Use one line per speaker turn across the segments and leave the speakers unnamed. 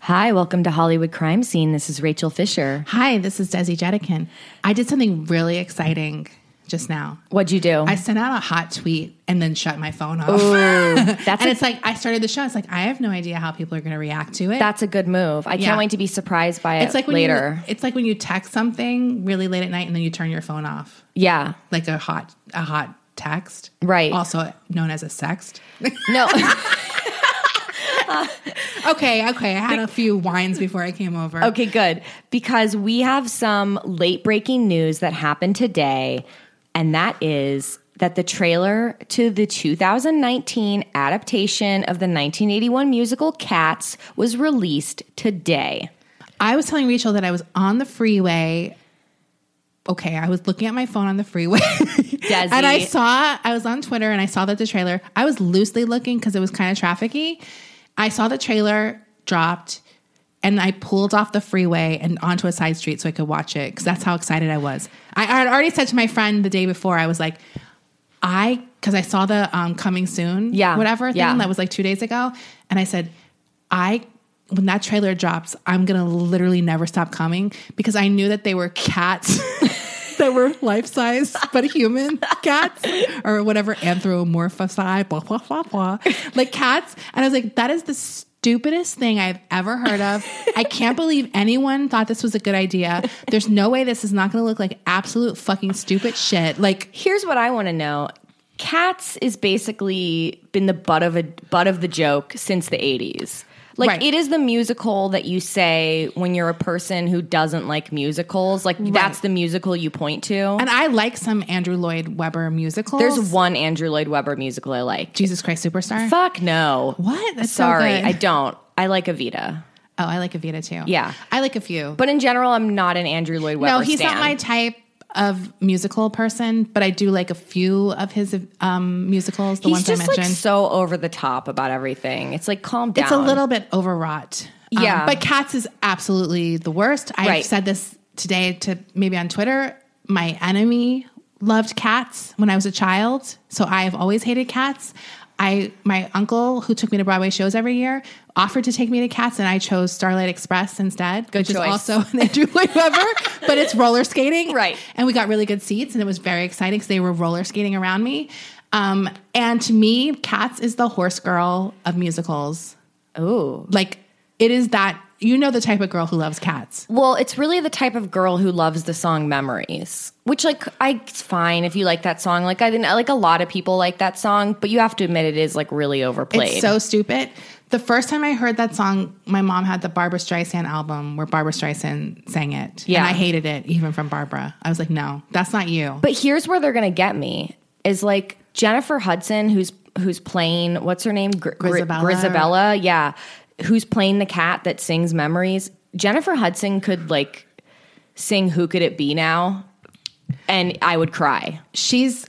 Hi, welcome to Hollywood Crime Scene. This is Rachel Fisher.
Hi, this is Desi Jetikin. I did something really exciting just now.
What'd you do?
I sent out a hot tweet and then shut my phone off.
that's
and
a-
it's like I started the show. It's like I have no idea how people are going to react to it.
That's a good move. I
Yeah.
can't wait to be surprised by it
it's like when
later.
You, it's like when you text something really late at night and then you turn your phone off,
yeah.
like a hot a hot text,
Right.
Also known as a sext.
No.
Okay, okay. I had a few wines before I came over.
okay, good. Because we have some late breaking news that happened today, and that is that the trailer to the 2019 adaptation of the 1981 musical Cats was released today.
I was telling Rachel that I was on the freeway. Okay, I was looking at my phone on the freeway. and I saw, I was on Twitter and I saw that the trailer, I was loosely looking because it was kind of trafficy. I saw the trailer dropped and I pulled off the freeway and onto a side street so I could watch it because that's how excited I was. I had already said to my friend the day before, I was like, I, because I saw the um, coming soon,
Yeah,
whatever thing
yeah.
that was like two days ago. And I said, I, when that trailer drops, I'm going to literally never stop coming because I knew that they were cats that were life size, but human cats or whatever anthropomorphized, blah, blah, blah, blah, like cats. And I was like, that is the stupidest thing I've ever heard of. I can't believe anyone thought this was a good idea. There's no way this is not going to look like absolute fucking stupid shit. Like,
Here's what I want to know. Cats is basically been the butt of a butt of the joke since the 80s. Like
Right.
it is the musical that you say when you're a person who doesn't like musicals. Like that's the musical you point to.
And I like some Andrew Lloyd Webber musicals.
There's one Andrew Lloyd Webber musical I like.
Jesus Christ Superstar.
Fuck no.
What? That's so
Sorry,
good.
I don't. I like Evita.
Oh, I like Evita too.
Yeah.
I like a few.
But in general, I'm not an Andrew Lloyd Webber.
no, he's
stan.
not my type of musical person, but I do like a few of his um, musicals. The
He's
ones
just
I
like
mentioned.
so over the top about everything. It's like calm down.
it's a little bit overwrought. Um,
Yeah.
but Cats is absolutely the worst. I've
Right.
said this today to maybe on Twitter. My enemy loved cats when I was a child, so I have always hated cats. I my uncle who took me to Broadway shows every year offered to take me to Cats, and I chose Starlight Express instead, which
choice.
is also an Andrew Lloyd Webber, but it's roller skating,
Right.
and we got really good seats, and it was very exciting because they were roller skating around me. Um, and to me, Cats is the horse girl of musicals
Ooh.
like it is that you know the type of girl who loves cats
Well, it's really the type of girl who loves the song Memories, which like I it's fine if you like that song. Like I didn't I like a lot of people like that song, but you have to admit it is like really overplayed.
it's so stupid the first time i heard that song my mom had the barbara streisand album where barbara streisand sang it
Yeah.
and i hated it even from barbara i was like no that's not you
but here's where they're going to get me is like Jennifer Hudson who's who's playing what's her name Gr- Gr-
Grisabella.
Grisabella, yeah, who's playing the cat that sings Memories. Jennifer Hudson could like sing Who Could It Be Now and I would cry.
she's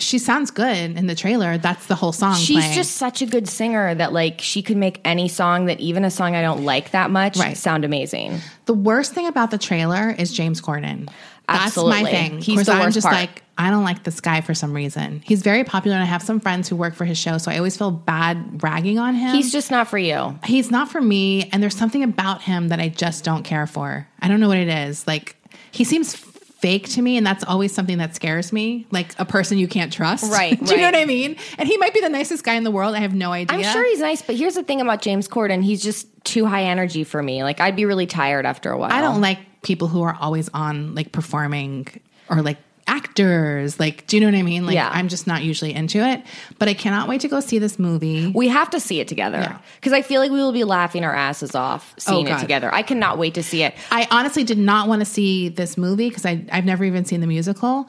she sounds good in the trailer that's the whole song
She's
playing.
just such a good singer that like she could make any song that even a song I don't like that much
Right.
sound amazing.
the worst thing about the trailer is james corden that's
Absolutely.
my thing
He's the
i'm
worst
just
part.
like i don't like this guy for some reason he's very popular and i have some friends who work for his show so i always feel bad ragging on him
He's just not for you.
he's not for me and there's something about him that i just don't care for i don't know what it is like he seems fake to me and that's always something that scares me like a person you can't trust
Right,
do you know
right.
what i mean and he might be the nicest guy in the world i have no idea
I'm sure he's nice, but here's the thing about James Corden, he's just too high energy for me. Like I'd be really tired after a while.
i don't like people who are always on like performing or like actors like do you know what i mean like
Yeah.
i'm just not usually into it but i cannot wait to go see this movie
we have to see it together
Yeah.
because I feel like we will be laughing our asses off seeing it
God.
together. I cannot wait to see it.
I honestly did not want to see this movie because I've never even seen the musical.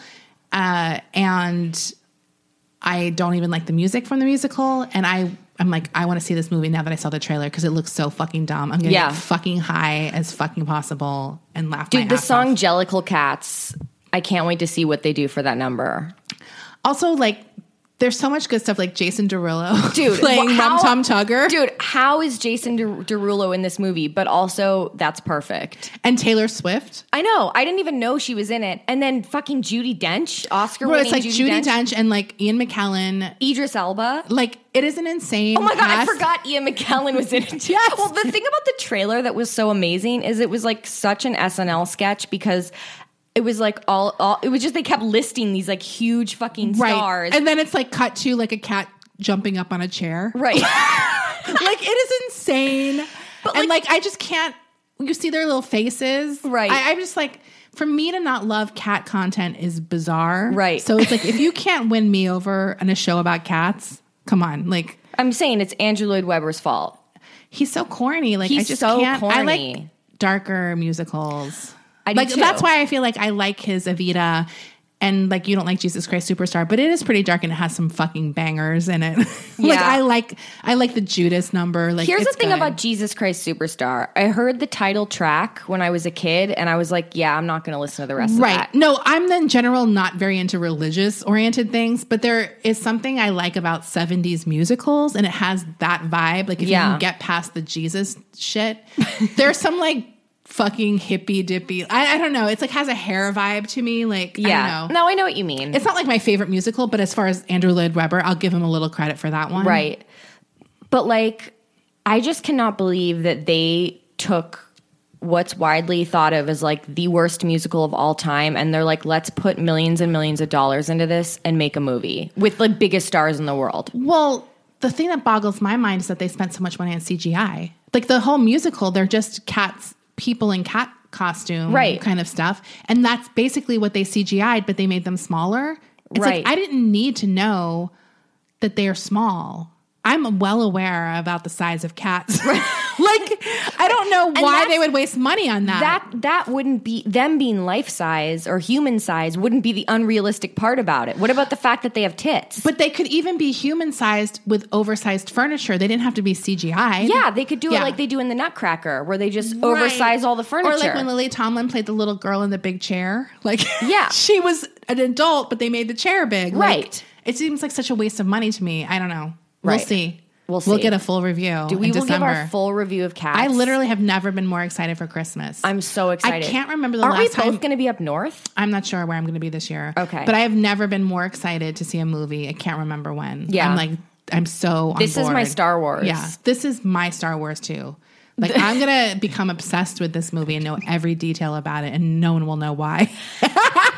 Uh, and I don't even like the music from the musical. And I, I'm like, I want to see this movie now that I saw the trailer because it looks so fucking dumb. I'm going to
Yeah.
get fucking high as fucking possible and laugh my
Dude, the
ass
song
off.
Jellicle Cats, I can't wait to see what they do for that number.
Also, like, There's so much good stuff like Jason Derulo,
Dude,
playing
how-
Rum Tom Tugger,
Dude, how is Jason Deru- Derulo in this movie? But also, that's perfect.
and Taylor Swift.
I know. I didn't even know she was in it. And then fucking Judy Dench, Oscar
Where
winning
it's like
Judi
Judy
Dench,
Dench and like Ian McKellen.
Idris Elba.
Like it is an insane.
Oh my god, I
cast.
forgot Ian McKellen was in it. Yeah.
Yes.
Well, the thing about the trailer that was so amazing is it was like such an SNL sketch because it was like all, all it was just they kept listing these like huge fucking
Right,
stars.
and then it's like cut to like a cat jumping up on a chair.
right.
like it is insane.
But,
and like I just can't. You see their little faces,
Right.
I, I'm just like, for me to not love cat content is bizarre,
Right.
So it's like if you can't win me over on a show about cats, come on, like
I'm saying it's Andrew Lloyd Webber's fault.
he's so corny. Like I
He's
just
so
can't. I like
corny.
darker musicals.
I do
like
too.
that's why I feel like I like his Evita. And like you don't like Jesus Christ Superstar, but it is pretty dark and it has some fucking bangers in it. like
Yeah.
I like I like the Judas number. Like
Here's
it's
the thing
good.
about Jesus Christ Superstar. I heard the title track when I was a kid, and I was like, "Yeah, I'm not going to listen to the rest of
Right.
that."
No, I'm in general not very into religious oriented things, but there is something I like about 70s musicals and it has that vibe. Like if you
Yeah.
can get past the Jesus shit, there's some like fucking hippy dippy. I, I don't know. It's like has a hair vibe to me. Like, I
Yeah.
don't know.
No, I know what you mean.
It's not like my favorite musical, but as far as Andrew Lloyd Webber, I'll give him a little credit for that one.
Right. But like, I just cannot believe that they took what's widely thought of as like the worst musical of all time and they're like let's put millions and millions of dollars into this and make a movie with the biggest stars in the world
Well, the thing that boggles my mind is that they spent so much money on CGI. Like the whole musical, they're just cats, people in cat costume,
Right.
Kind of stuff, and that's basically what they CGI'd, but they made them smaller. It's
Right.
like I didn't need to know that they are small. I'm well aware about the size of cats. like I don't know why
that's-
they would waste money on that.
that that wouldn't be them being life size or human size wouldn't be the unrealistic part about it what about the fact that they have tits
but they could even be human sized with oversized furniture. They didn't have to be CGI.
yeah they could do it
Yeah.
like they do in the nutcracker where they just
Right.
oversize all the furniture
Or like when Lily Tomlin played the little girl in the big chair. Like,
Yeah.
she was an adult, but they made the chair big. Like,
Right.
it seems like such a waste of money to me. I don't know. We'll
Right.
see.
We'll
We'll
see.
get a full review.
we
in
will give
December.
our full review of cats
I literally have never been more excited for Christmas.
I'm so excited.
I can't remember the
Aren't
last
we
time.
both going to be up north?
I'm not sure where I'm going to be this year.
Okay.
But I have never been more excited to see a movie. I can't remember when.
Yeah.
I'm like, I'm so on
This is my
board.
Star Wars.
Yeah. This is my Star Wars too. Like, I'm going to become obsessed with this movie and know every detail about it, and no one will know why.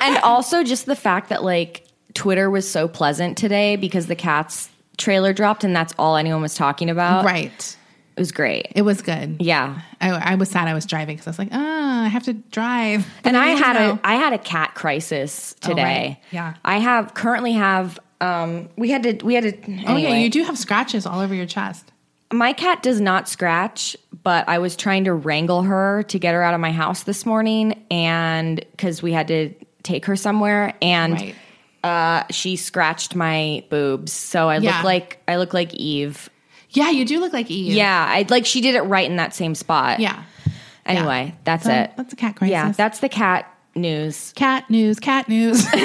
and also just the fact that like Twitter was so pleasant today because the cats trailer dropped and that's all anyone was talking about.
right.
It was great.
It was good.
Yeah.
I, I was sad I was driving because I was like, ah, I have to drive.
And I had
know.
a I had a cat crisis
Oh, right.
today.
Yeah.
I have currently have um we had to we had to anyway.
Oh, yeah. You do have scratches all over your chest.
My cat does not scratch, but I was trying to wrangle her to get her out of my house this morning and cuz we had to take her somewhere and
Right.
uh she scratched my boobs. So I
Yeah.
look like I look like Eve.
Yeah. You do look like Eve.
Yeah, I like she did it right in that same spot.
Yeah.
Anyway,
Yeah.
that's
So
it.
That's a cat crisis.
Yeah, that's the cat news.
cat news, cat news.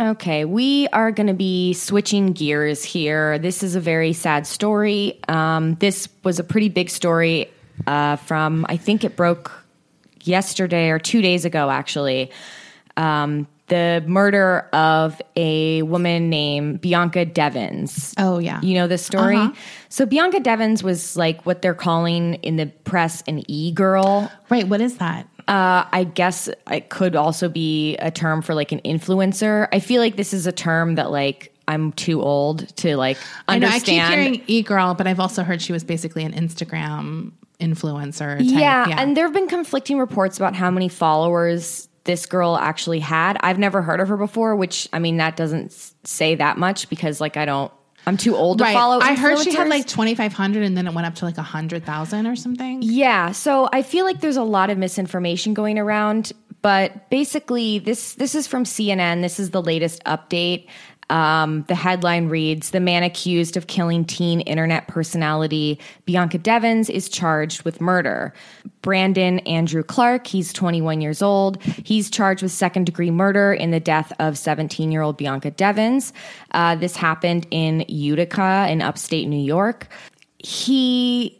Okay, we are going to be switching gears here. This is a very sad story. Um, this was a pretty big story uh, from, I think it broke yesterday or two days ago, actually. Um, the murder of a woman named Bianca Devins.
Oh, yeah.
You know this story?
Uh-huh.
So, Bianca Devins was like what they're calling in the press an e girl.
Right, what is that?
Uh, I guess it could also be a term for like an influencer. I feel like this is a term that like I'm too old to like
I know I
understand.
keep hearing e girl, but I've also heard she was basically an Instagram influencer. Type.
yeah, and there have been conflicting reports about how many followers this girl actually had. I've never heard of her before, which I mean that doesn't s- say that much because like I don't. I'm too old to
right.
follow.
I heard she had
influencers.
like twenty five hundred, and then it went up to like hundred thousand or something.
Yeah, so I feel like there's a lot of misinformation going around, but basically this this is from CNN. This is the latest update. Um, the headline reads The man accused of killing teen internet personality Bianca Devins is charged with murder. Brandon Andrew Clark, he's 21 years old, he's charged with second degree murder in the death of 17 year old Bianca Devins. Uh, this happened in Utica in upstate New York. He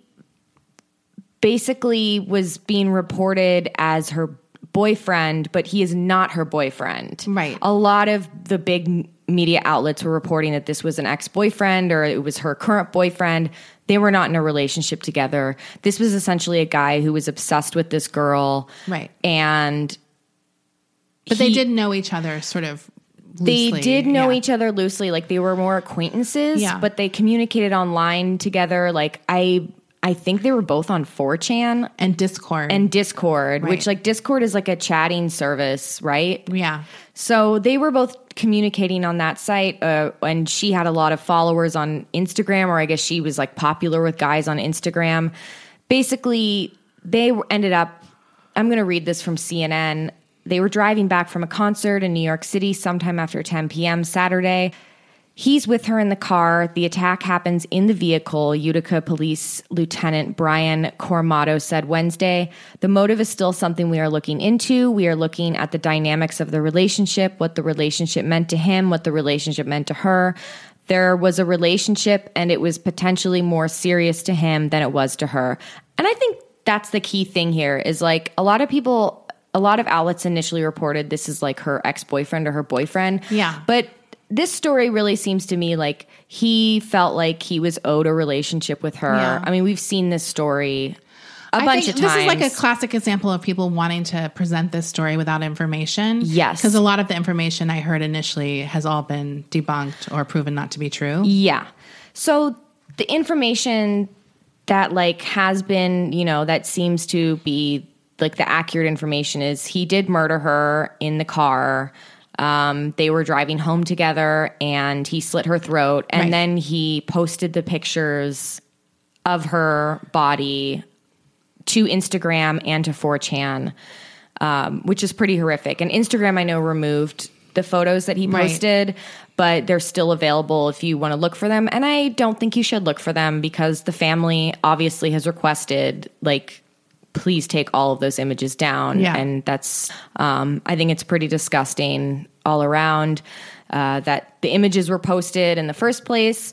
basically was being reported as her boyfriend, but he is not her boyfriend.
Right.
A lot of the big m- media outlets were reporting that this was an ex boyfriend or it was her current boyfriend. They were not in a relationship together. This was essentially a guy who was obsessed with this girl.
Right.
And
But they
he-
did know each other sort of
they
loosely.
did know
Yeah.
each other loosely like they were more acquaintances
Yeah.
but they communicated online together like i i think they were both on 4chan
and Discord.
and discord which
Right.
like discord is like a chatting service right
yeah.
so they were both communicating on that site, uh, and she had a lot of followers on Instagram, or I guess she was like popular with guys on Instagram. Basically, they were- ended up. I'm going to read this from CNN. They were driving back from a concert in New York City sometime after 10 p.m. Saturday. He's with her in the car. The attack happens in the vehicle, Utica Police Lieutenant Brian Cormato said Wednesday. The motive is still something we are looking into. We are looking at the dynamics of the relationship, what the relationship meant to him, what the relationship meant to her. There was a relationship, and it was potentially more serious to him than it was to her. And I think that's the key thing here is like a lot of people, a lot of outlets initially reported this is like her ex boyfriend or her boyfriend.
Yeah.
But this story really seems to me like he felt like he was owed a relationship with her.
Yeah.
I mean, we've seen this story a
I
bunch
think
of times.
This is like a classic example of people wanting to present this story without information.
Yes.
Because a lot of the information I heard initially has all been debunked or proven not to be true.
Yeah. So the information that like has been, you know, that seems to be like the accurate information is he did murder her in the car. Um, they were driving home together and he slit her throat and
Right.
then he posted the pictures of her body to Instagram and to 4chan, um, which is pretty horrific. And Instagram, I know, removed the photos that he
Right.
posted, but they're still available if you want to look for them. And I don't think you should look for them because the family obviously has requested, like, please take all of those images down.
Yeah.
And that's, um, I think it's pretty disgusting all around uh, that the images were posted in the first place.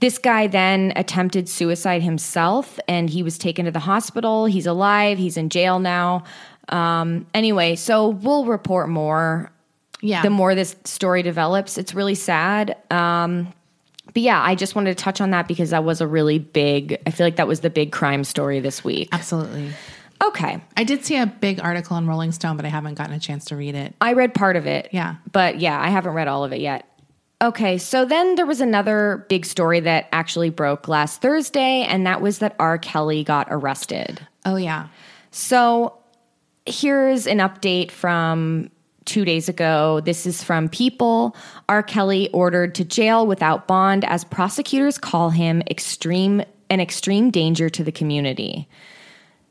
This guy then attempted suicide himself and he was taken to the hospital. He's alive, he's in jail now. Um, anyway, so we'll report more
Yeah.
the more this story develops. It's really sad. Um, but yeah, I just wanted to touch on that because that was a really big, I feel like that was the big crime story this week.
Absolutely.
Okay.
I did see a big article in Rolling Stone, but I haven't gotten a chance to read it.
I read part of it.
Yeah.
But yeah, I haven't read all of it yet. Okay, so then there was another big story that actually broke last Thursday, and that was that R. Kelly got arrested.
Oh, yeah.
So here's an update from two days ago. This is from People. R. Kelly ordered to jail without bond as prosecutors call him extreme an extreme danger to the community.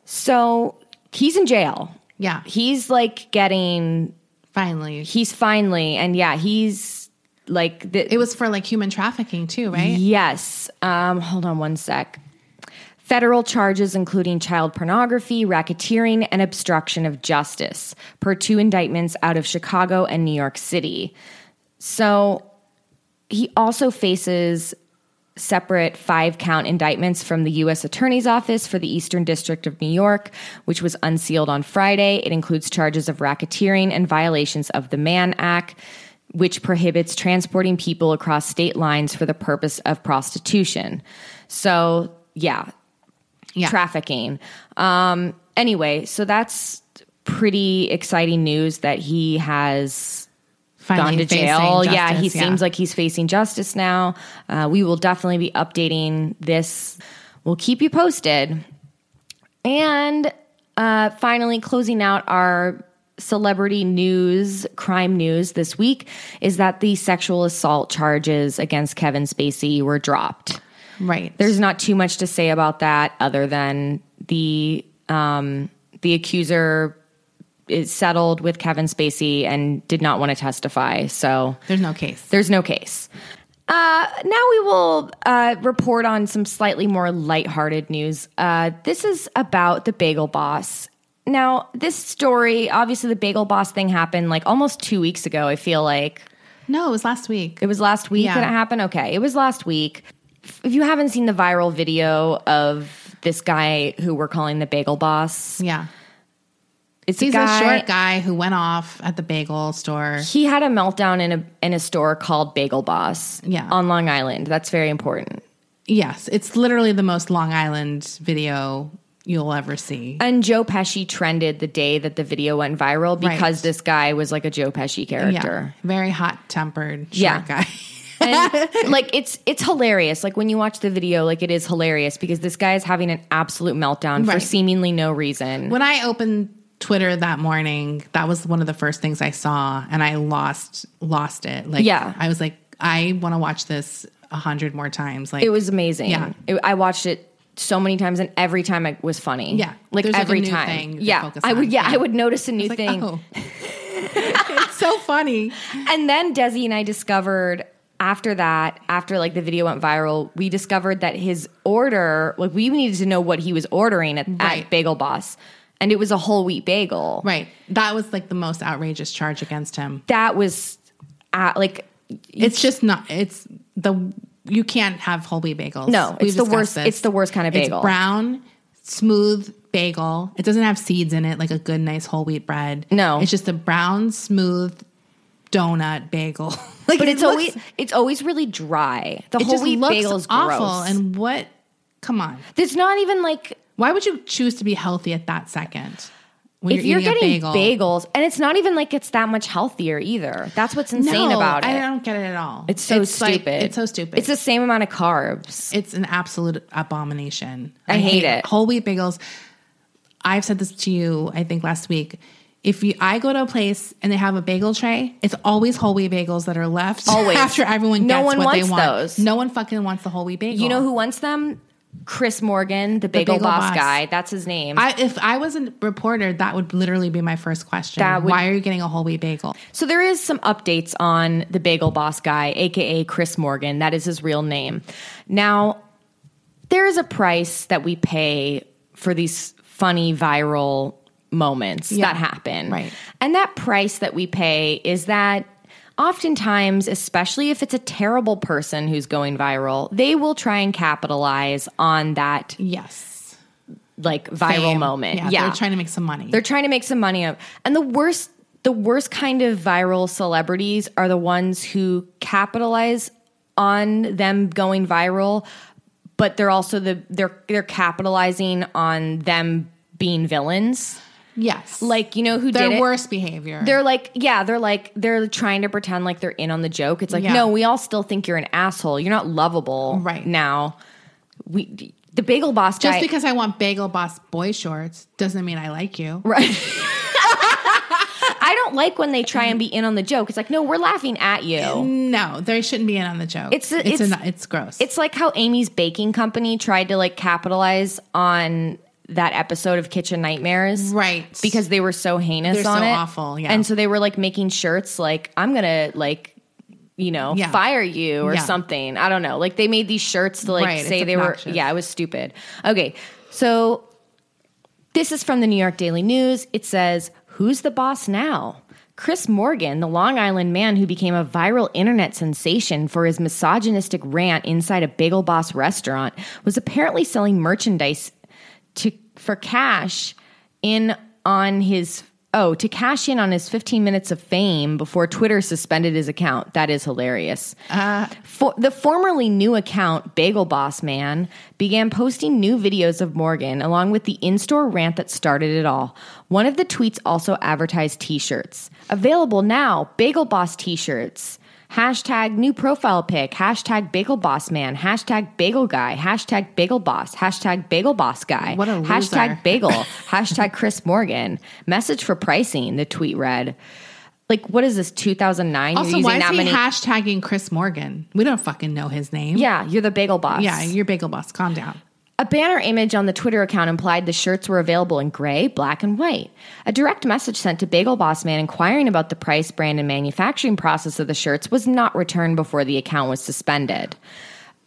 So he's in jail.
Yeah.
He's like getting
Finally.
he's finally and yeah, he's like the,
It was for like human trafficking too, right?
Yes. Um, hold on one sec. Federal charges including child pornography, racketeering, and obstruction of justice, per two indictments out of Chicago and New York City. So he also faces separate five count indictments from the U.S. Attorney's Office for the Eastern District of New York, which was unsealed on Friday. It includes charges of racketeering and violations of the Mann Act, which prohibits transporting people across state lines for the purpose of prostitution. So, yeah,
Yeah.
trafficking. Um, anyway, so that's pretty exciting news that he has gone
Finally
to
facing
jail. yeah, he
justice,
seems like he's facing justice now. Uh, we will definitely be updating this. We'll keep you posted. And uh, finally, closing out our celebrity news, crime news this week is that the sexual assault charges against Kevin Spacey were dropped.
right.
There's not too much to say about that other than the um, the accuser is settled with Kevin Spacey and did not want to testify. So
There's no case.
there's no case. Uh, now we will uh, report on some slightly more lighthearted news. Uh, this is about the Bagel Boss. Now, this story, obviously, the Bagel Boss thing happened like almost two weeks ago. I feel like
No, it was last week.
it was last week
Yeah.
that it happened. Okay, it was last week. If you haven't seen the viral video of this guy who we're calling the Bagel Boss,
Yeah.
it's
He's
a, guy,
a short guy who went off at the bagel store.
He had a meltdown in a in a store called Bagel Boss,
Yeah.
on Long Island. That's very important.
Yes, it's literally the most Long Island video you'll ever see.
And Joe Pesci trended the day that the video went viral
Right.
because this guy was like a Joe Pesci
Yeah.
character.
Very hot tempered short
Yeah.
guy.
And like it's it's hilarious. Like when you watch the video, like it is hilarious because this guy is having an absolute meltdown for
Right.
seemingly no reason.
When I opened Twitter that morning, that was one of the first things I saw and I lost lost it. Like
Yeah.
I was like, I want to watch this a hundred more times. Like
It was amazing.
Yeah.
It- I watched it so many times, and every time it was funny.
Yeah.
like
There's, like, a
every
new
time.
thing to
yeah,
focus
I would.
on.
Yeah,
Yeah.
I would notice a new
like,
thing.
oh. it's so funny.
And then Desi and I discovered after that, after like the video went viral, we discovered that his order, like we needed to know what he was ordering at,
Right.
at Bagel Boss, and it was a whole wheat bagel.
Right. That was like the most outrageous charge against him.
That was uh, like.
It's just not. It's the you can't have whole wheat bagels.
No, it's the
discussed
worst- it's the worst kind of
It's
bagel.
brown, smooth bagel. It doesn't have seeds in it like a good, nice whole wheat bread.
No.
it's just a brown, smooth donut bagel. like,
But
it
it's
looks-
always it's always really dry. The
it
whole
just
wheat
looks
bagel is
awful.
gross. And
And what? Come on,
there's not even like
why would you choose to be healthy at that second? When
if you're,
eating
getting
a bagel,
bagels, and it's not even like it's that much healthier either. That's what's insane
No,
about it.
I don't get it at all.
It's so
like-
stupid.
it's so stupid.
It's the same amount of carbs.
It's an absolute abomination.
I hate it.
Whole wheat bagels. I've said this to you, I think last week. If you, I go to a place and they have a bagel tray, it's always whole wheat bagels that are left.
Always.
after everyone
No
gets
one
what they
wants
want.
those.
No one fucking wants the whole wheat bagel.
You know who wants them? Chris Morgan, the bagel,
Bagel
boss,
Boss.
guy. That's his name.
I, if I was a reporter, that would literally be my first question.
That would-
Why are you getting a whole wheat bagel?
so there is some updates on the bagel boss guy, aka Chris Morgan. That is his real name. Now, there is a price that we pay for these funny viral moments that happen.
Right.
And that price that we pay is that oftentimes, especially if it's a terrible person who's going viral, they will try and capitalize on that
Yes,
like viral
Fame.
moment.
Yeah, they're trying to make some money.
They're trying to make some money up. And the worst the worst kind of viral celebrities are the ones who capitalize on them going viral, but they're also the they're they're capitalizing on them being villains.
yes,
Like you know who
their
did it?
worst behavior.
They're like, yeah, they're like, they're trying to pretend like they're in on the joke. It's like,
Yeah.
no, we all still think you're an asshole. You're not lovable
Right.
now. We, the bagel boss
Just
guy,
because I want Bagel Boss boy shorts doesn't mean I like you.
Right. I don't like when they try and be in on the joke. It's like, no, we're laughing at you.
No, they shouldn't be in on the joke.
It's a-
it's
it's-
a- it's gross.
It's like how Amy's baking company tried to like capitalize on that episode of Kitchen Nightmares.
right
Because they were so heinous
They're
on
so
it.
awful, yeah.
And so they were like making shirts like, I'm gonna like you know,
Yeah.
fire you or
Yeah.
something. I don't know. Like they made these shirts to like
Right, it's
say they were
obnoxious.
yeah, it was stupid. Okay. So This is from the New York Daily News. It says, Who's the boss now? Chris Morgan, the Long Island man who became a viral internet sensation for his misogynistic rant inside a Bagel Boss restaurant, was apparently selling merchandise to for cash in on his oh to cash in on his 15 minutes of fame before Twitter suspended his account. That is hilarious. For, the formerly new account, Bagel Boss Man, began posting new videos of Morgan along with the in store rant that started it all. One of the tweets also advertised t shirts. Available now, Bagel Boss t shirts. Hashtag new profile pic, hashtag bagel boss man, hashtag bagel guy, hashtag bagel boss, hashtag bagel boss guy,
What a loser.
hashtag bagel, hashtag Chris Morgan. Message for pricing, the tweet read. Like, what is this, 2009?
also why is he hashtagging Chris Morgan? We don't fucking know his name.
Yeah, you're the bagel boss.
yeah, you're Bagel Boss. Calm down.
A banner image on the Twitter account implied the shirts were available in gray, black, and white. A direct message sent to Bagel Boss Man inquiring about the price, brand, and manufacturing process of the shirts was not returned before the account was suspended.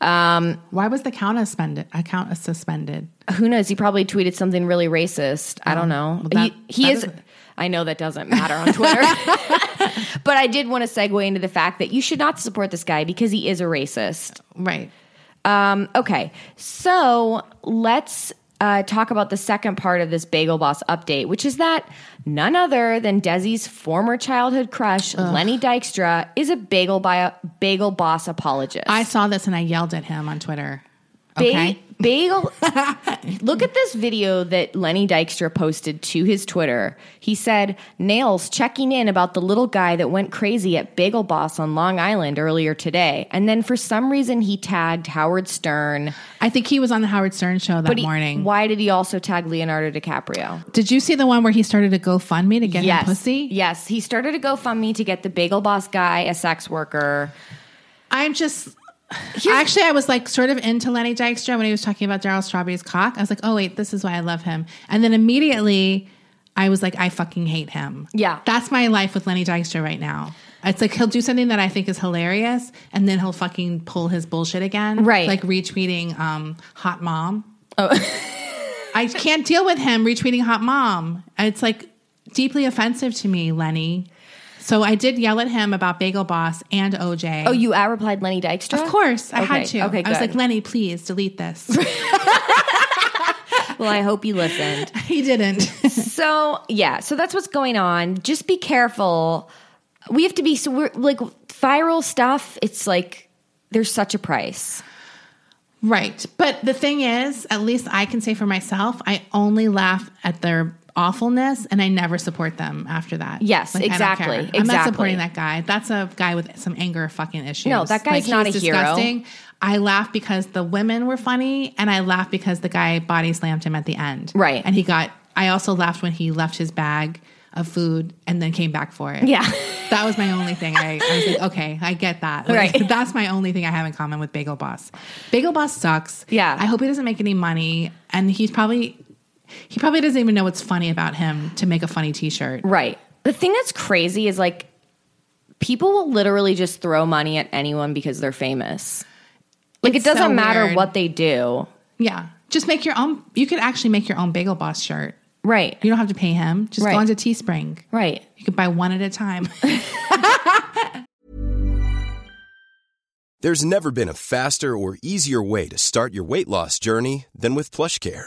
Why was the account suspended? Account suspended.
Who knows? He probably tweeted something really racist. I don't know.
Um,
he
that-
he
that
is.
doesn't-
I know that doesn't matter on Twitter. but I did want to segue into the fact that you should not support this guy because he is a racist.
Right.
Okay, so let's uh, talk about the second part of this Bagel Boss update, which is that none other than Desi's former childhood crush, Lenny Dykstra, is a Bagel, bio- bagel Boss apologist.
I saw this and I yelled at him on Twitter.
Ba-
Okay.
bagel. Look at this video that Lenny Dykstra posted to his Twitter. He said, Nails checking in about the little guy that went crazy at Bagel Boss on Long Island earlier today. And then for some reason, he tagged Howard Stern.
I think he was on the Howard Stern show that
But he-
morning.
Why did he also tag Leonardo DiCaprio?
Did you see the one where he started a GoFundMe to get
yes.
him pussy?
Yes. He started a GoFundMe to get the bagel boss guy a sex worker.
I'm just. Actually, I was like sort of into Lenny Dykstra when he was talking about Daryl Strawberry's cock. I was like, oh wait, this is why I love him. And then immediately, I was like, I fucking hate him.
Yeah.
that's my life with Lenny Dykstra right now. It's like he'll do something that I think is hilarious, and then he'll fucking pull his bullshit again.
Right.
like retweeting um, hot mom. Oh, I can't deal with him retweeting hot mom. It's like deeply offensive to me, Lenny. So I did yell at him about Bagel Boss and OJ.
Oh, you out replied Lenny Dykstra?
Of course, I had
Okay,
to.
okay,
I was
good.
like, Lenny, please delete this.
Well, I hope you listened.
he didn't.
so, yeah. So that's what's going on. Just be careful. We have to be, so we're like viral stuff. It's like there's such a price.
right. But the thing is, at least I can say for myself, I only laugh at their awfulness and I never support them after that.
Yes,
I don't
exactly,
care. I'm not
exactly.
supporting that guy. That's a guy with some anger fucking issues.
No, that guy's
he
not
was
a hero.
I laugh because the women were funny and I laugh because the guy body slammed him at the end.
Right.
And he got, I also laughed when he left his bag of food and then came back for it.
Yeah.
That was my only thing. I, I was like, okay, I get that. Like,
Right.
That's my only thing I have in common with Bagel Boss. Bagel Boss sucks.
Yeah.
I hope he doesn't make any money. And he's probably, he probably doesn't even know what's funny about him to make a funny t shirt.
Right. The thing that's crazy is like people will literally just throw money at anyone because they're famous. Like
It's
it doesn't
so
matter
weird.
what they do.
Yeah. Just make your own, you could actually make your own Bagel Boss shirt.
Right.
You don't have to pay him. Just
Right.
go onto Teespring.
Right.
You could buy one at a time.
There's never been a faster or easier way to start your weight loss journey than with PlushCare.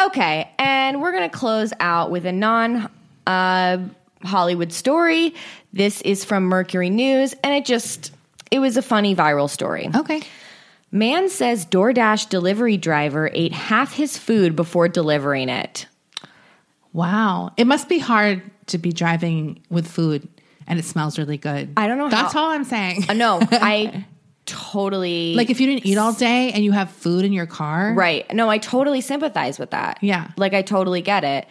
Okay. And we're going to close out with a non uh, Hollywood story. This is from Mercury News and it just it was a funny viral story.
okay.
Man says DoorDash delivery driver ate half his food before delivering it.
Wow. It must be hard to be driving with food and it smells really good.
I don't know
That's
how-
all I'm saying.
Uh, No, I totally
Like if you didn't eat all day and you have food in your car.
Right. No, I totally sympathize with that.
Yeah.
Like I totally get it.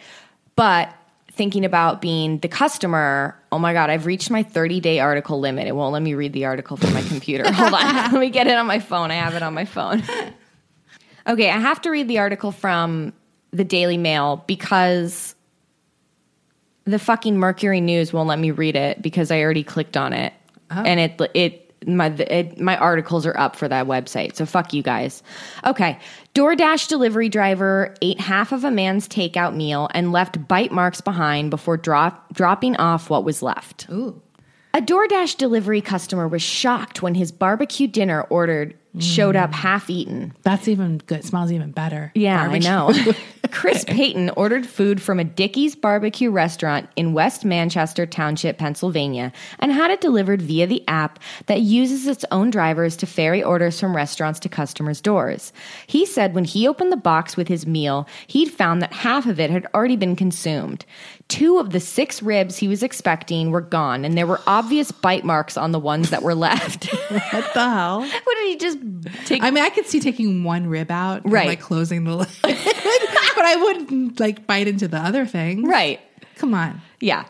But thinking about being the customer, oh my God, I've reached my 30 day article limit. It won't let me read the article from my computer. Hold on. Let me get it on my phone. I have it on my phone. Okay. I have to read the article from the Daily Mail because the fucking Mercury News won't let me read it because I already clicked on it. And it, it, my it, my articles are up for that website, so fuck you guys. Okay, DoorDash delivery driver ate half of a man's takeout meal and left bite marks behind before drop, dropping off what was left.
Ooh.
A DoorDash delivery customer was shocked when his barbecue dinner ordered showed up half eaten.
That's even good. Smells even better.
Yeah,
Barbecue.
I know. Chris Payton ordered food from a Dickie's barbecue restaurant in West Manchester Township, Pennsylvania, and had it delivered via the app that uses its own drivers to ferry orders from restaurants to customers' doors. He said when he opened the box with his meal, he'd found that half of it had already been consumed. Two of the six ribs he was expecting were gone, and there were obvious bite marks on the ones that were left.
What the hell?
what did he just take?
I mean, I could see taking one rib out, and,
Right.
Like closing the lid, but I wouldn't like bite into the other thing,
right.
Come on.
Yeah.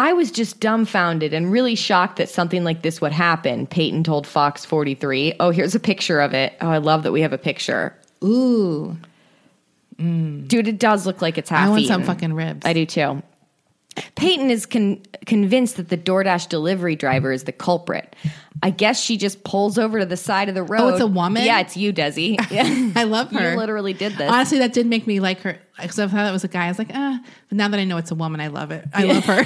I was just dumbfounded and really shocked that something like this would happen, Peyton told Fox 43. Oh, here's a picture of it. Oh, I love that we have a picture. Mm.
Ooh,
Dude, it does look like it's half
I want some
eaten.
fucking ribs.
I do too. Peyton is con- convinced that the DoorDash delivery driver is the culprit. I guess she just pulls over to the side of the road.
Oh, it's a woman?
Yeah, it's you, Desi. Yeah.
I love her.
You literally did this.
Honestly, that did make me like her because I thought that was a guy. I was like, ah. But now that I know it's a woman, I love it. I love her.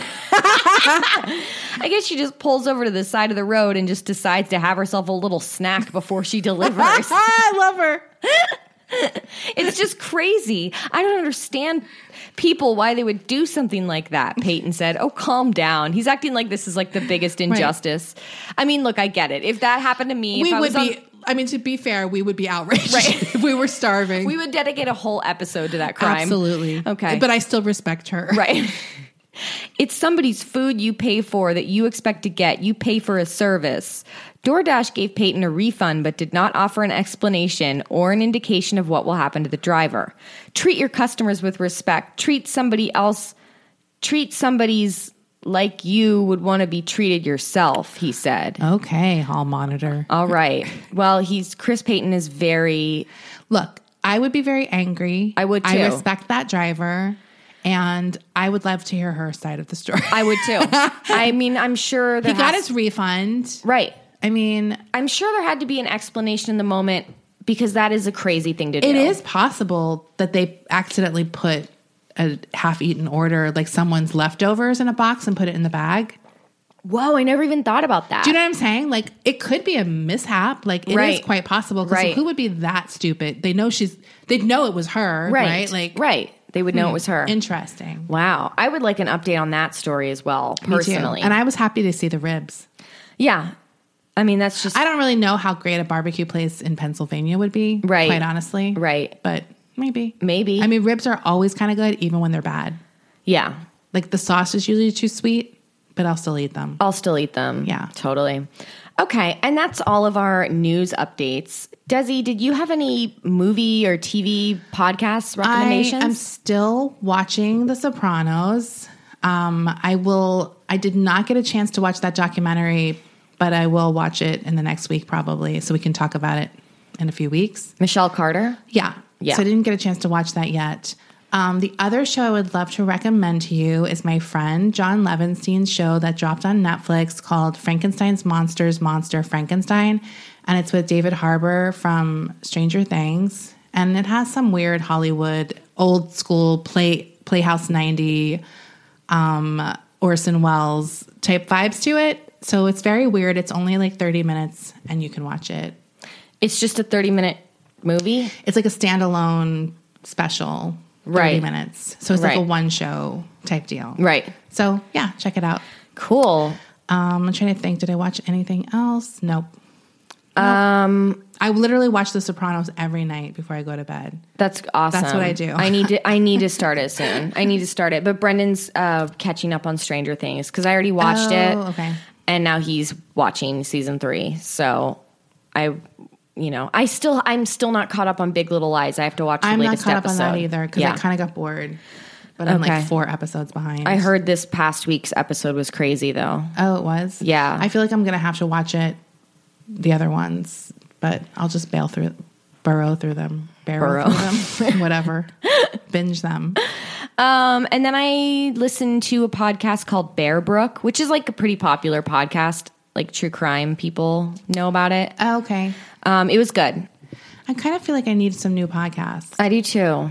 I guess she just pulls over to the side of the road and just decides to have herself a little snack before she delivers.
I love her.
It's just crazy. I don't understand people why they would do something like that. Peyton said, "Oh, calm down." He's acting like this is like the biggest injustice. I mean, look, I get it. If that happened to me,
we
if I
would
was on-
be. I mean, to be fair, we would be outraged if we were starving.
we would dedicate a whole episode to that crime.
Absolutely.
Okay.
But I still respect her.
Right. It's somebody's food you pay for that you expect to get. You pay for a service. DoorDash gave Peyton a refund but did not offer an explanation or an indication of what will happen to the driver. Treat your customers with respect. Treat somebody else, treat somebody's like you would want to be treated yourself, he said.
Okay, hall monitor.
All right. Well, he's Chris Peyton is very
Look, I would be very angry.
I would
I
too.
respect that driver, and I would love to hear her side of the story.
I would too. I mean, I'm sure
he
there
got
has-
his refund.
right.
I mean,
I'm sure there had to be an explanation in the moment because that is a crazy thing to do.
It is possible that they accidentally put a half-eaten order, like someone's leftovers, in a box and put it in the bag.
Whoa, I never even thought about that.
Do you know what I'm saying? Like it could be a mishap. Like it is
Right.
quite possible. 'cause
Right.
Who would be that stupid? They know she's. They'd know it was her, right?
right.
Like hmm.
right. They would know it was her.
interesting.
wow. I would like an update on that story as well,
Me too.
personally.
and I was happy to see the ribs.
yeah. I mean, that's just
I don't really know how great a barbecue place in Pennsylvania would be,
Right.
Quite honestly,
Right.
But maybe,
Maybe.
I mean, ribs are always kind of good, even when they're bad.
yeah.
Like the sauce is usually too sweet, but I'll still eat them.
I'll still eat them.
Yeah.
Totally. Okay, and that's all of our news updates. Desi, did you have any movie or TV podcast
I
recommendations?
am still watching The Sopranos. Um, I will. I did not get a chance to watch that documentary, but I will watch it in the next week probably, so we can talk about it in a few weeks.
Michelle Carter.
Yeah,
Yeah.
So I didn't get a chance to watch that yet. Um, the other show I would love to recommend to you is my friend John Levenstein's show that dropped on Netflix called Frankenstein's Monsters Monster Frankenstein. And it's with David Harbour from Stranger Things. And it has some weird Hollywood, old school, play, Playhouse 90 um, Orson Welles type vibes to it. So it's very weird. It's only like 30 minutes and you can watch it.
It's just a 30 minute movie.
It's like a standalone special, 30
Right.
minutes. So it's like a
Right.
one show type deal.
Right.
So yeah, check it out.
Cool.
Um, I'm trying to think, did I watch anything else? Nope. Um, I literally watch The Sopranos every night before I go to bed.
That's awesome.
what I do.
I need to. I need to start it soon. I need to start it. But Brendan's uh, catching up on Stranger Things because I already watched
Oh,
it.
okay.
And now he's watching season three. So I, you know, I still. I'm still not caught up on Big Little Lies. I have to watch. The
I'm not
latest
caught up on
episode.
that either because
yeah.
I kind of got bored, but I'm
Okay.
like four episodes behind.
I heard this past week's episode was crazy though.
Oh, it was?
Yeah.
I feel like I'm going to have to watch it, the other ones, but I'll just bail through, burrow through them, barrel
Burrow.
through them, whatever, binge them.
Um, and then I listened to a podcast called Bear Brook, which is like a pretty popular podcast. Like true crime people know about it.
Oh, Okay.
Um, it was good.
I kind of feel like I need some new podcasts.
I do too.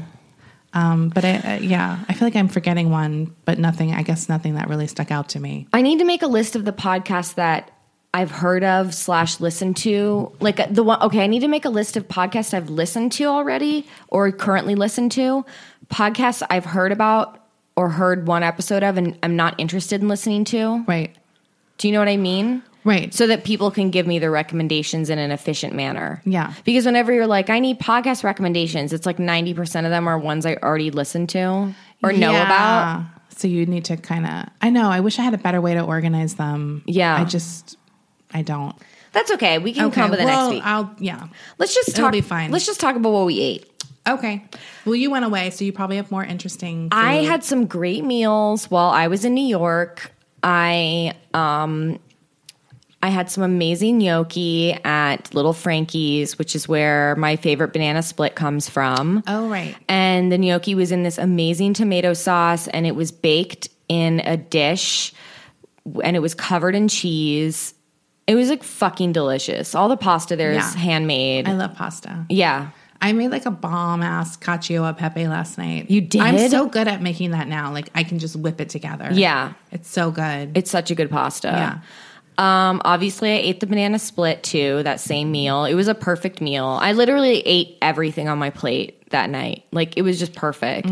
Um, but I, uh, yeah, I feel like I'm forgetting one, but nothing, I guess nothing that really stuck out to me.
I need to make a list of the podcasts that I've heard of slash listened to. Like uh, the one, okay, I need to make a list of podcasts I've listened to already or currently listened to. Podcasts I've heard about or heard one episode of and I'm not interested in listening to.
Right.
Do you know what I mean?
Right.
So that people can give me the recommendations in an efficient manner.
Yeah.
Because whenever you're like, I need podcast recommendations, it's like 90% of them are ones I already listened to or know
Yeah.
about.
So you need to kind of. I know. I wish I had a better way to organize them.
Yeah.
I just. I don't.
That's okay. We can come with the
well,
next week.
I'll. Yeah.
let's just
it'll
talk.
be fine.
Let's just talk about what we ate.
Okay. Well, you went away, so you probably have more interesting.
I
food.
had some great meals while I was in New York. I um I had some amazing gnocchi at Little Frankie's, which is where my favorite banana split comes from.
Oh right.
And the gnocchi was in this amazing tomato sauce and it was baked in a dish and it was covered in cheese. It was like fucking delicious. All the pasta there is
Yeah.
handmade.
I love pasta.
yeah.
I made like a bomb ass cacio e pepe last night.
You did?
I'm so good at making that now. Like I can just whip it together.
Yeah.
It's so good.
It's such a good pasta.
Yeah.
Um, obviously, I ate the banana split too, that same meal. It was a perfect meal. I literally ate everything on my plate that night. Like, it was just perfect.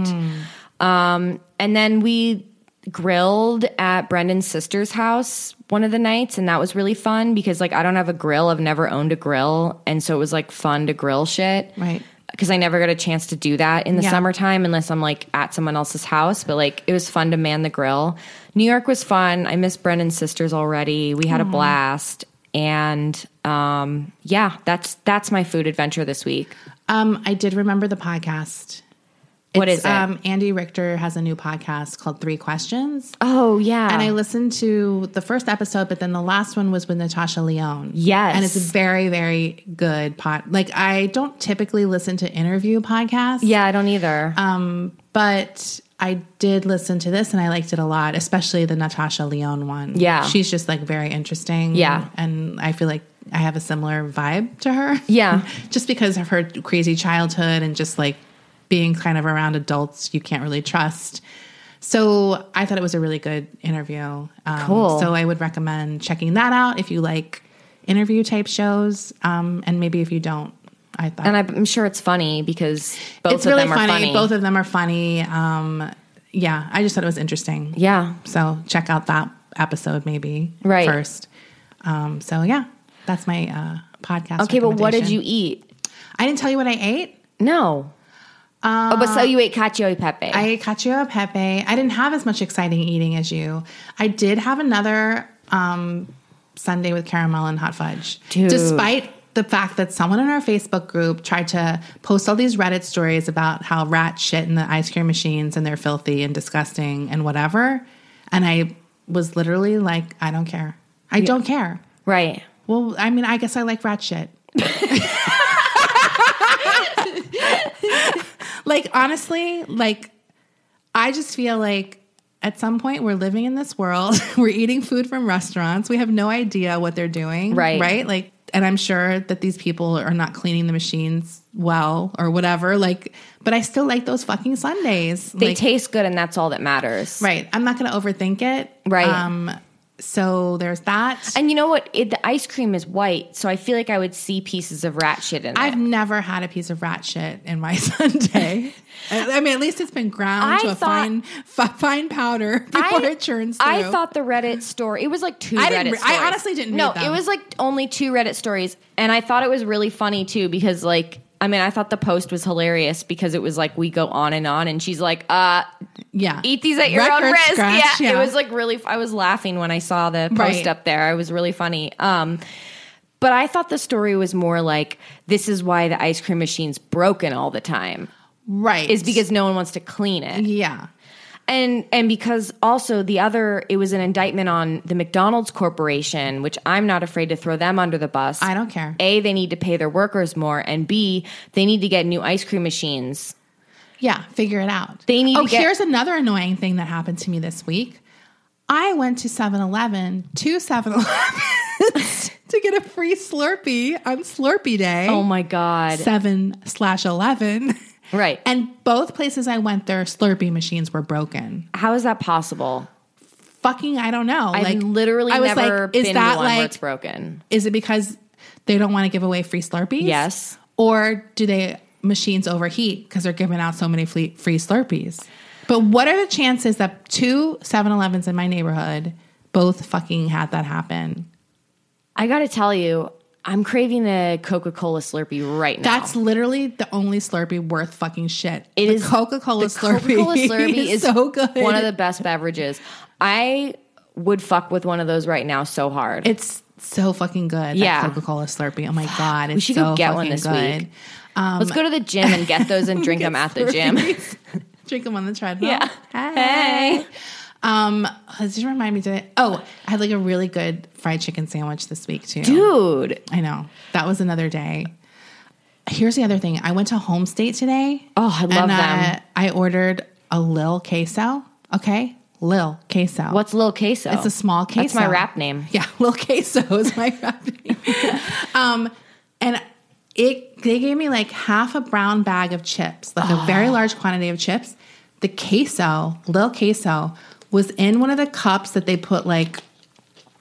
Um, and then we grilled at Brendan's sister's house one of the nights, and that was really fun because, like, I don't have a grill. I've never owned a grill. And so it was, like, fun to grill shit.
Right.
Because I never got a chance to do that in the
Yeah.
summertime unless I'm, like, at someone else's house. But, like, it was fun to man the grill. New York was fun. I miss Brendan's sisters already. We had a blast. And um, yeah, that's that's my food adventure this week.
Um, I did remember the podcast.
What is it?
Um, Andy Richter has a new podcast called Three Questions.
Oh yeah,
And I listened to the first episode, but then the last one was with Natasha Leone.
Yes.
And it's a very, very good pod. Like, I don't typically listen to interview podcasts.
yeah, I don't either.
Um, But I did listen to this and I liked it a lot, especially the Natasha Leone one.
Yeah.
She's just like very interesting.
Yeah.
And I feel like I have a similar vibe to her.
Yeah.
just because of her crazy childhood and just like being kind of around adults you can't really trust. So I thought it was a really good interview. Um,
Cool.
So I would recommend checking that out if you like interview type shows. Um, and maybe if you don't, I thought
and I'm sure it's funny because both
it's
of
really
them are
funny.
funny.
Both of them are funny. Um, yeah, I just thought it was interesting.
yeah,
So check out that episode maybe
Right.
first. Um, so yeah, that's my uh, podcast.
okay, but what did
recommendation.
you eat?
I didn't tell you what I ate.
No. oh, but so you ate cacio e pepe.
Uh, I ate cacio e pepe. I didn't have as much exciting eating as you. I did have another um, Sunday with caramel and hot fudge,
Dude.
despite the fact that someone in our Facebook group tried to post all these Reddit stories about how rats shit in the ice cream machines and they're filthy and disgusting and whatever. And I was literally like, I don't care. I don't care.
right.
Well, I mean, I guess I like rat shit. like honestly, like I just feel like at some point we're living in this world. we're eating food from restaurants. We have no idea what they're doing.
Right.
Right? Like and I'm sure that these people are not cleaning the machines well or whatever. Like but I still like those fucking Sundays.
They
like,
taste good, and that's all that matters.
Right. I'm not gonna overthink it.
Right.
Um so there's that.
And you know what? It, the ice cream is white, so I feel like I would see pieces of rat shit in
I've
it.
never had a piece of rat shit in my Sunday. I I mean, at least it's been ground
I
to a
thought-
fine, f- fine powder before it churns through.
I thought the Reddit story. It was like two.
I didn't
Reddit
re- I
stories.
honestly didn't
No,
read them.
it was like only two Reddit stories, and I thought it was really funny too because like. I mean, I thought the post was hilarious because it was like we go on and on, and she's like, "Uh,
yeah,
eat these at your
Record
own risk.
scratch,
yeah. it was like really. I was laughing when I saw the post
Right.
up there. It was really funny. Um, but I thought the story was more like this is why the ice cream machine's broken all the time
right.
is because no one wants to clean it
yeah,
and and because also the other it was an indictment on the McDonald's corporation which I'm not afraid to throw them under the bus.
I don't care.
A they need to pay their workers more and B they need to get new ice cream machines.
yeah, figure it out.
They need
Oh,
to get-
here's another annoying thing that happened to me this week. I went to 7-Eleven, two 7-Elevens to get a free Slurpee on Slurpee Day.
Oh my god.
seven slash eleven.
Right.
And both places I went, their Slurpee machines were broken.
How is that possible?
fucking I don't know.
I've literally
I was
never
like,
been
is that
to one where
like
it's broken.
is it because they don't want to give away free Slurpees?
Yes.
Or do they machines overheat because they're giving out so many fle- free Slurpees? But what are the chances that two 7-Elevens in my neighborhood both fucking had that happen?
I got to tell you, I'm craving the Coca Cola Slurpee right now.
That's literally the only Slurpee worth fucking shit.
It
the
is-
Coca-Cola
the
Slurpee.
Coca-Cola Slurpee is
so good.
One of the best beverages. I would fuck with one of those right now so hard.
It's so fucking good.
Yeah.
Coca Cola Slurpee. Oh my god, it's
should
so
go get one
fucking
this
good.
week.
Um,
Let's go to the gym and get those and drink them at the gym.
Drink them on the treadmill.
Yeah.
Hey. Um, this just remind me today. Oh, I had like a really good fried chicken sandwich this week too.
Dude,
I know that was another day. Here's the other thing. I went to Home State today.
Oh, I love
and,
them.
Uh, I ordered a lil queso. Okay, lil queso.
what's Lil Queso?
It's a small queso.
That's my rap name.
Yeah, Lil Queso is my rap name. um, and it they gave me like half a brown bag of chips, like a very large quantity of chips. The queso, Lil Queso, was in one of the cups that they put like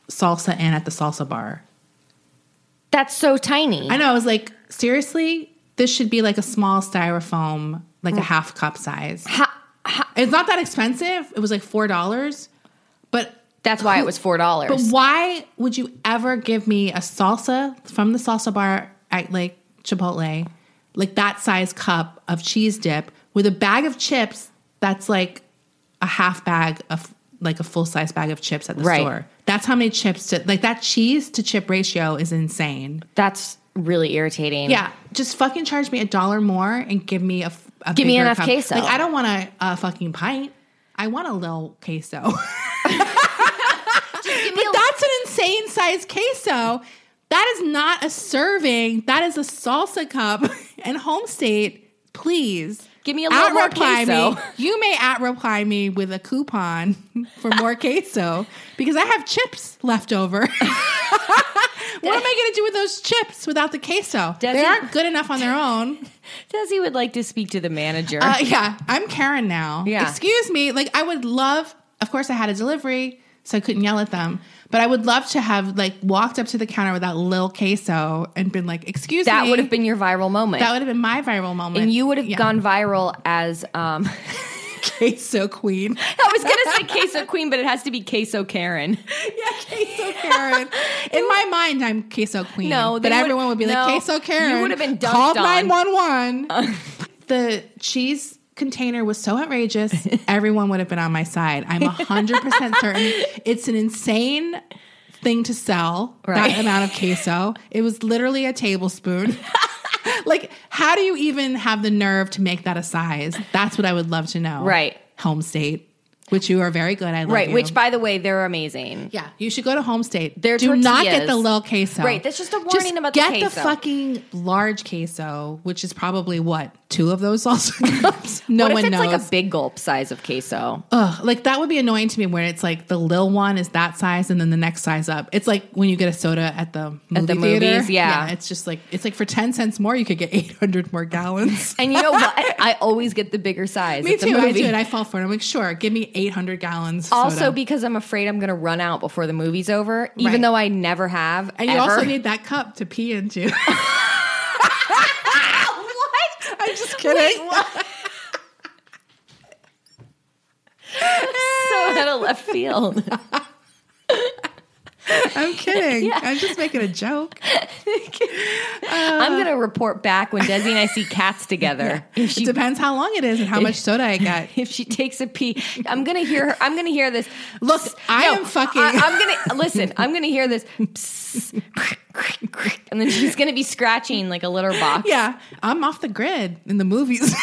salsa in at the salsa bar.
That's so tiny.
I know. I was like, seriously, this should be like a small styrofoam, like a half cup size.
Mm. Ha-
It's not that expensive. It was like four dollars, but
That's why it was four
But
dollars.
why would you ever give me a salsa from the salsa bar at like Chipotle, like that size cup of cheese dip with a bag of chips that's like a half bag of like a full size bag of chips at the
Right.
store? That's how many chips to like that cheese to chip ratio is insane.
That's really irritating.
Yeah, just fucking charge me a dollar more and give me a, f- a
Give me
bigger
enough
cup.
queso.
Like I don't want a, a fucking pint. I want a little queso.
Give me
But
a-
that's an insane size queso. That is not a serving. That is a salsa cup. And home state, please
Give me a little more
reply
queso.
me. You may at reply me with a coupon for more queso because I have chips left over. what am I going to do with those chips without the queso?
Desi-
they aren't good enough on their own.
Desi would like to speak to the manager.
Uh, yeah, I'm Karen now.
Yeah.
Excuse me. Like, I would love, of course, I had a delivery, so I couldn't yell at them, but I would love to have, like, walked up to the counter with that little queso and been like, Excuse me.
that would have been your viral moment.
That would have been my viral moment.
and you would have
Yeah.
gone viral as um
queso queen.
I was gonna say queso queen, but it has to be queso Karen.
yeah, queso Karen. In my mind, I'm queso queen.
No, they
but
would-
everyone would be
no,
like queso Karen.
you would have been dunked
called
on. Uh.
nine one one. The cheese container was so outrageous. Everyone would have been on my side. I'm hundred percent certain. It's an insane thing to sell
Right.
that amount of queso. It was literally a tablespoon. like, how do you even have the nerve to make that a size? That's what I would love to know.
Right.
home state. Which you are very good. I love
Right,
you.
which by the way, they're amazing.
Yeah, you should go to Home State.
Their
Do not get
tortillas.
the little queso.
Right, that's just a warning about the
get
queso.
the fucking large queso, which is probably what two of those salsa cups. No
what if
one
it's
knows.
like a big gulp size of queso?
Ugh, like that would be annoying to me. Where it's like the lil one is that size, and then the next size up. It's like when you get a soda at the movie
the
theater.
movies, yeah.
It's just like it's like for ten cents more, you could get eight hundred more gallons.
And you know what? I always get the bigger size.
me
at the
too. I
movie.
do it. I fall for it. I'm like, sure, give me eight hundred gallons. of
also
soda.
because I'm afraid I'm going to run out before the movie's over, even
Right.
though I never have.
And you
ever.
also need that cup to pee into.
what?
I'm just kidding.
so out of left field.
Uh, I'm kidding. I'm just making a joke.
I'm going to report back when Desi and I see cats together. If
It
she
depends how long it is and how much soda I got.
if she takes a pee, I'm going to hear her. I'm going to hear this.
Look, I
No,
am fucking.
I, am going to listen. I'm going to hear this. psst, and then she's going to be scratching like a litter box.
yeah, I'm off the grid in the movies.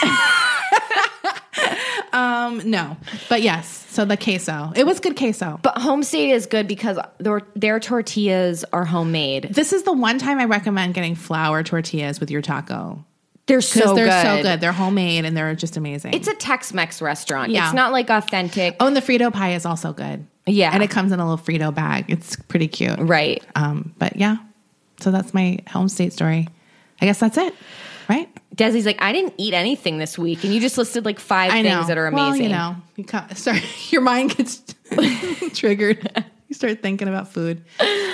um, no, but yes. So the queso, it was good queso.
But home state is good because their, their tortillas are homemade.
This is the one time I recommend getting flour tortillas with your taco
They're
because
so
they're
good.
so good. They're homemade and they're just amazing.
It's a Tex-Mex restaurant.
Yeah.
It's not like authentic.
oh, and the Frito pie is also good.
Yeah.
and it comes in a little Frito bag. It's pretty cute.
Right.
Um, but yeah, so that's my home state story. I guess that's it, right?
Desi's like, I didn't eat anything this week, and you just listed like five
I
things that are amazing.
Well, you know, you can't, sorry, your mind gets Triggered. You start thinking about food.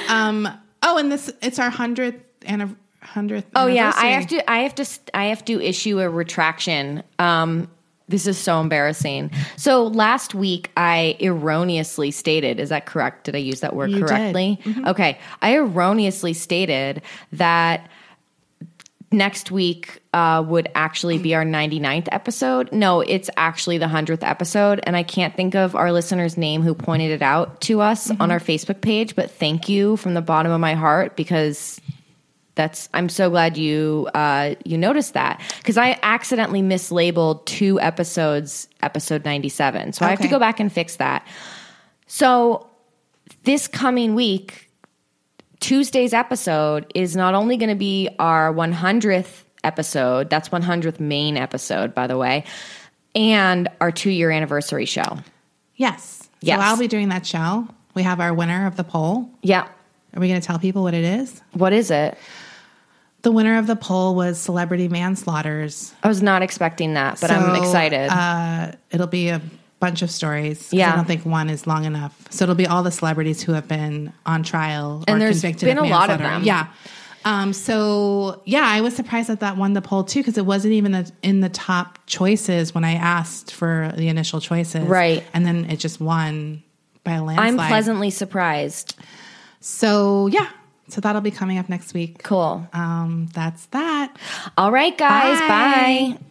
Um. Oh, and this it's our hundredth and hundredth.
Oh yeah, I have to. I have to. st- I have to issue a retraction. Um, this is so embarrassing. So last week I erroneously stated. Is that correct? Did I use that word
You did. Mm-hmm.
correctly? Okay. I erroneously stated that next week uh, would actually be our 99th episode. No, it's actually the 100th episode. And I can't think of our listener's name who pointed it out to us on our Facebook page, but thank you from the bottom of my heart because. That's. I'm so glad you uh, you noticed that because I accidentally mislabeled two episodes, episode 97. So I have to
Okay.
go back and fix that. So this coming week, Tuesday's episode is not only going to be our 100th episode, that's 100th main episode, by the way, and our two year anniversary show.
Yes.
Yes.
So I'll be doing that show. We have our winner of the poll.
Yeah.
Are we going to tell people what it is?
What is it?
The winner of the poll was celebrity manslaughters.
I was not expecting that, but I'm
So,
excited.
It'll be a bunch of stories. 'cause
Yeah.
I don't think one is long enough. So it'll be all the celebrities who have been on trial
And
or
there's
convicted
been
of
a lot of
manslaughter.
them.
Yeah. Um, so yeah, I was surprised that that won the poll too because it wasn't even a, in the top choices when I asked for the initial choices.
Right.
And then it just won by a landslide.
I'm pleasantly surprised.
So yeah. So that'll be coming up next week.
Cool.
Um, that's that.
All right, guys.
Bye.
Bye.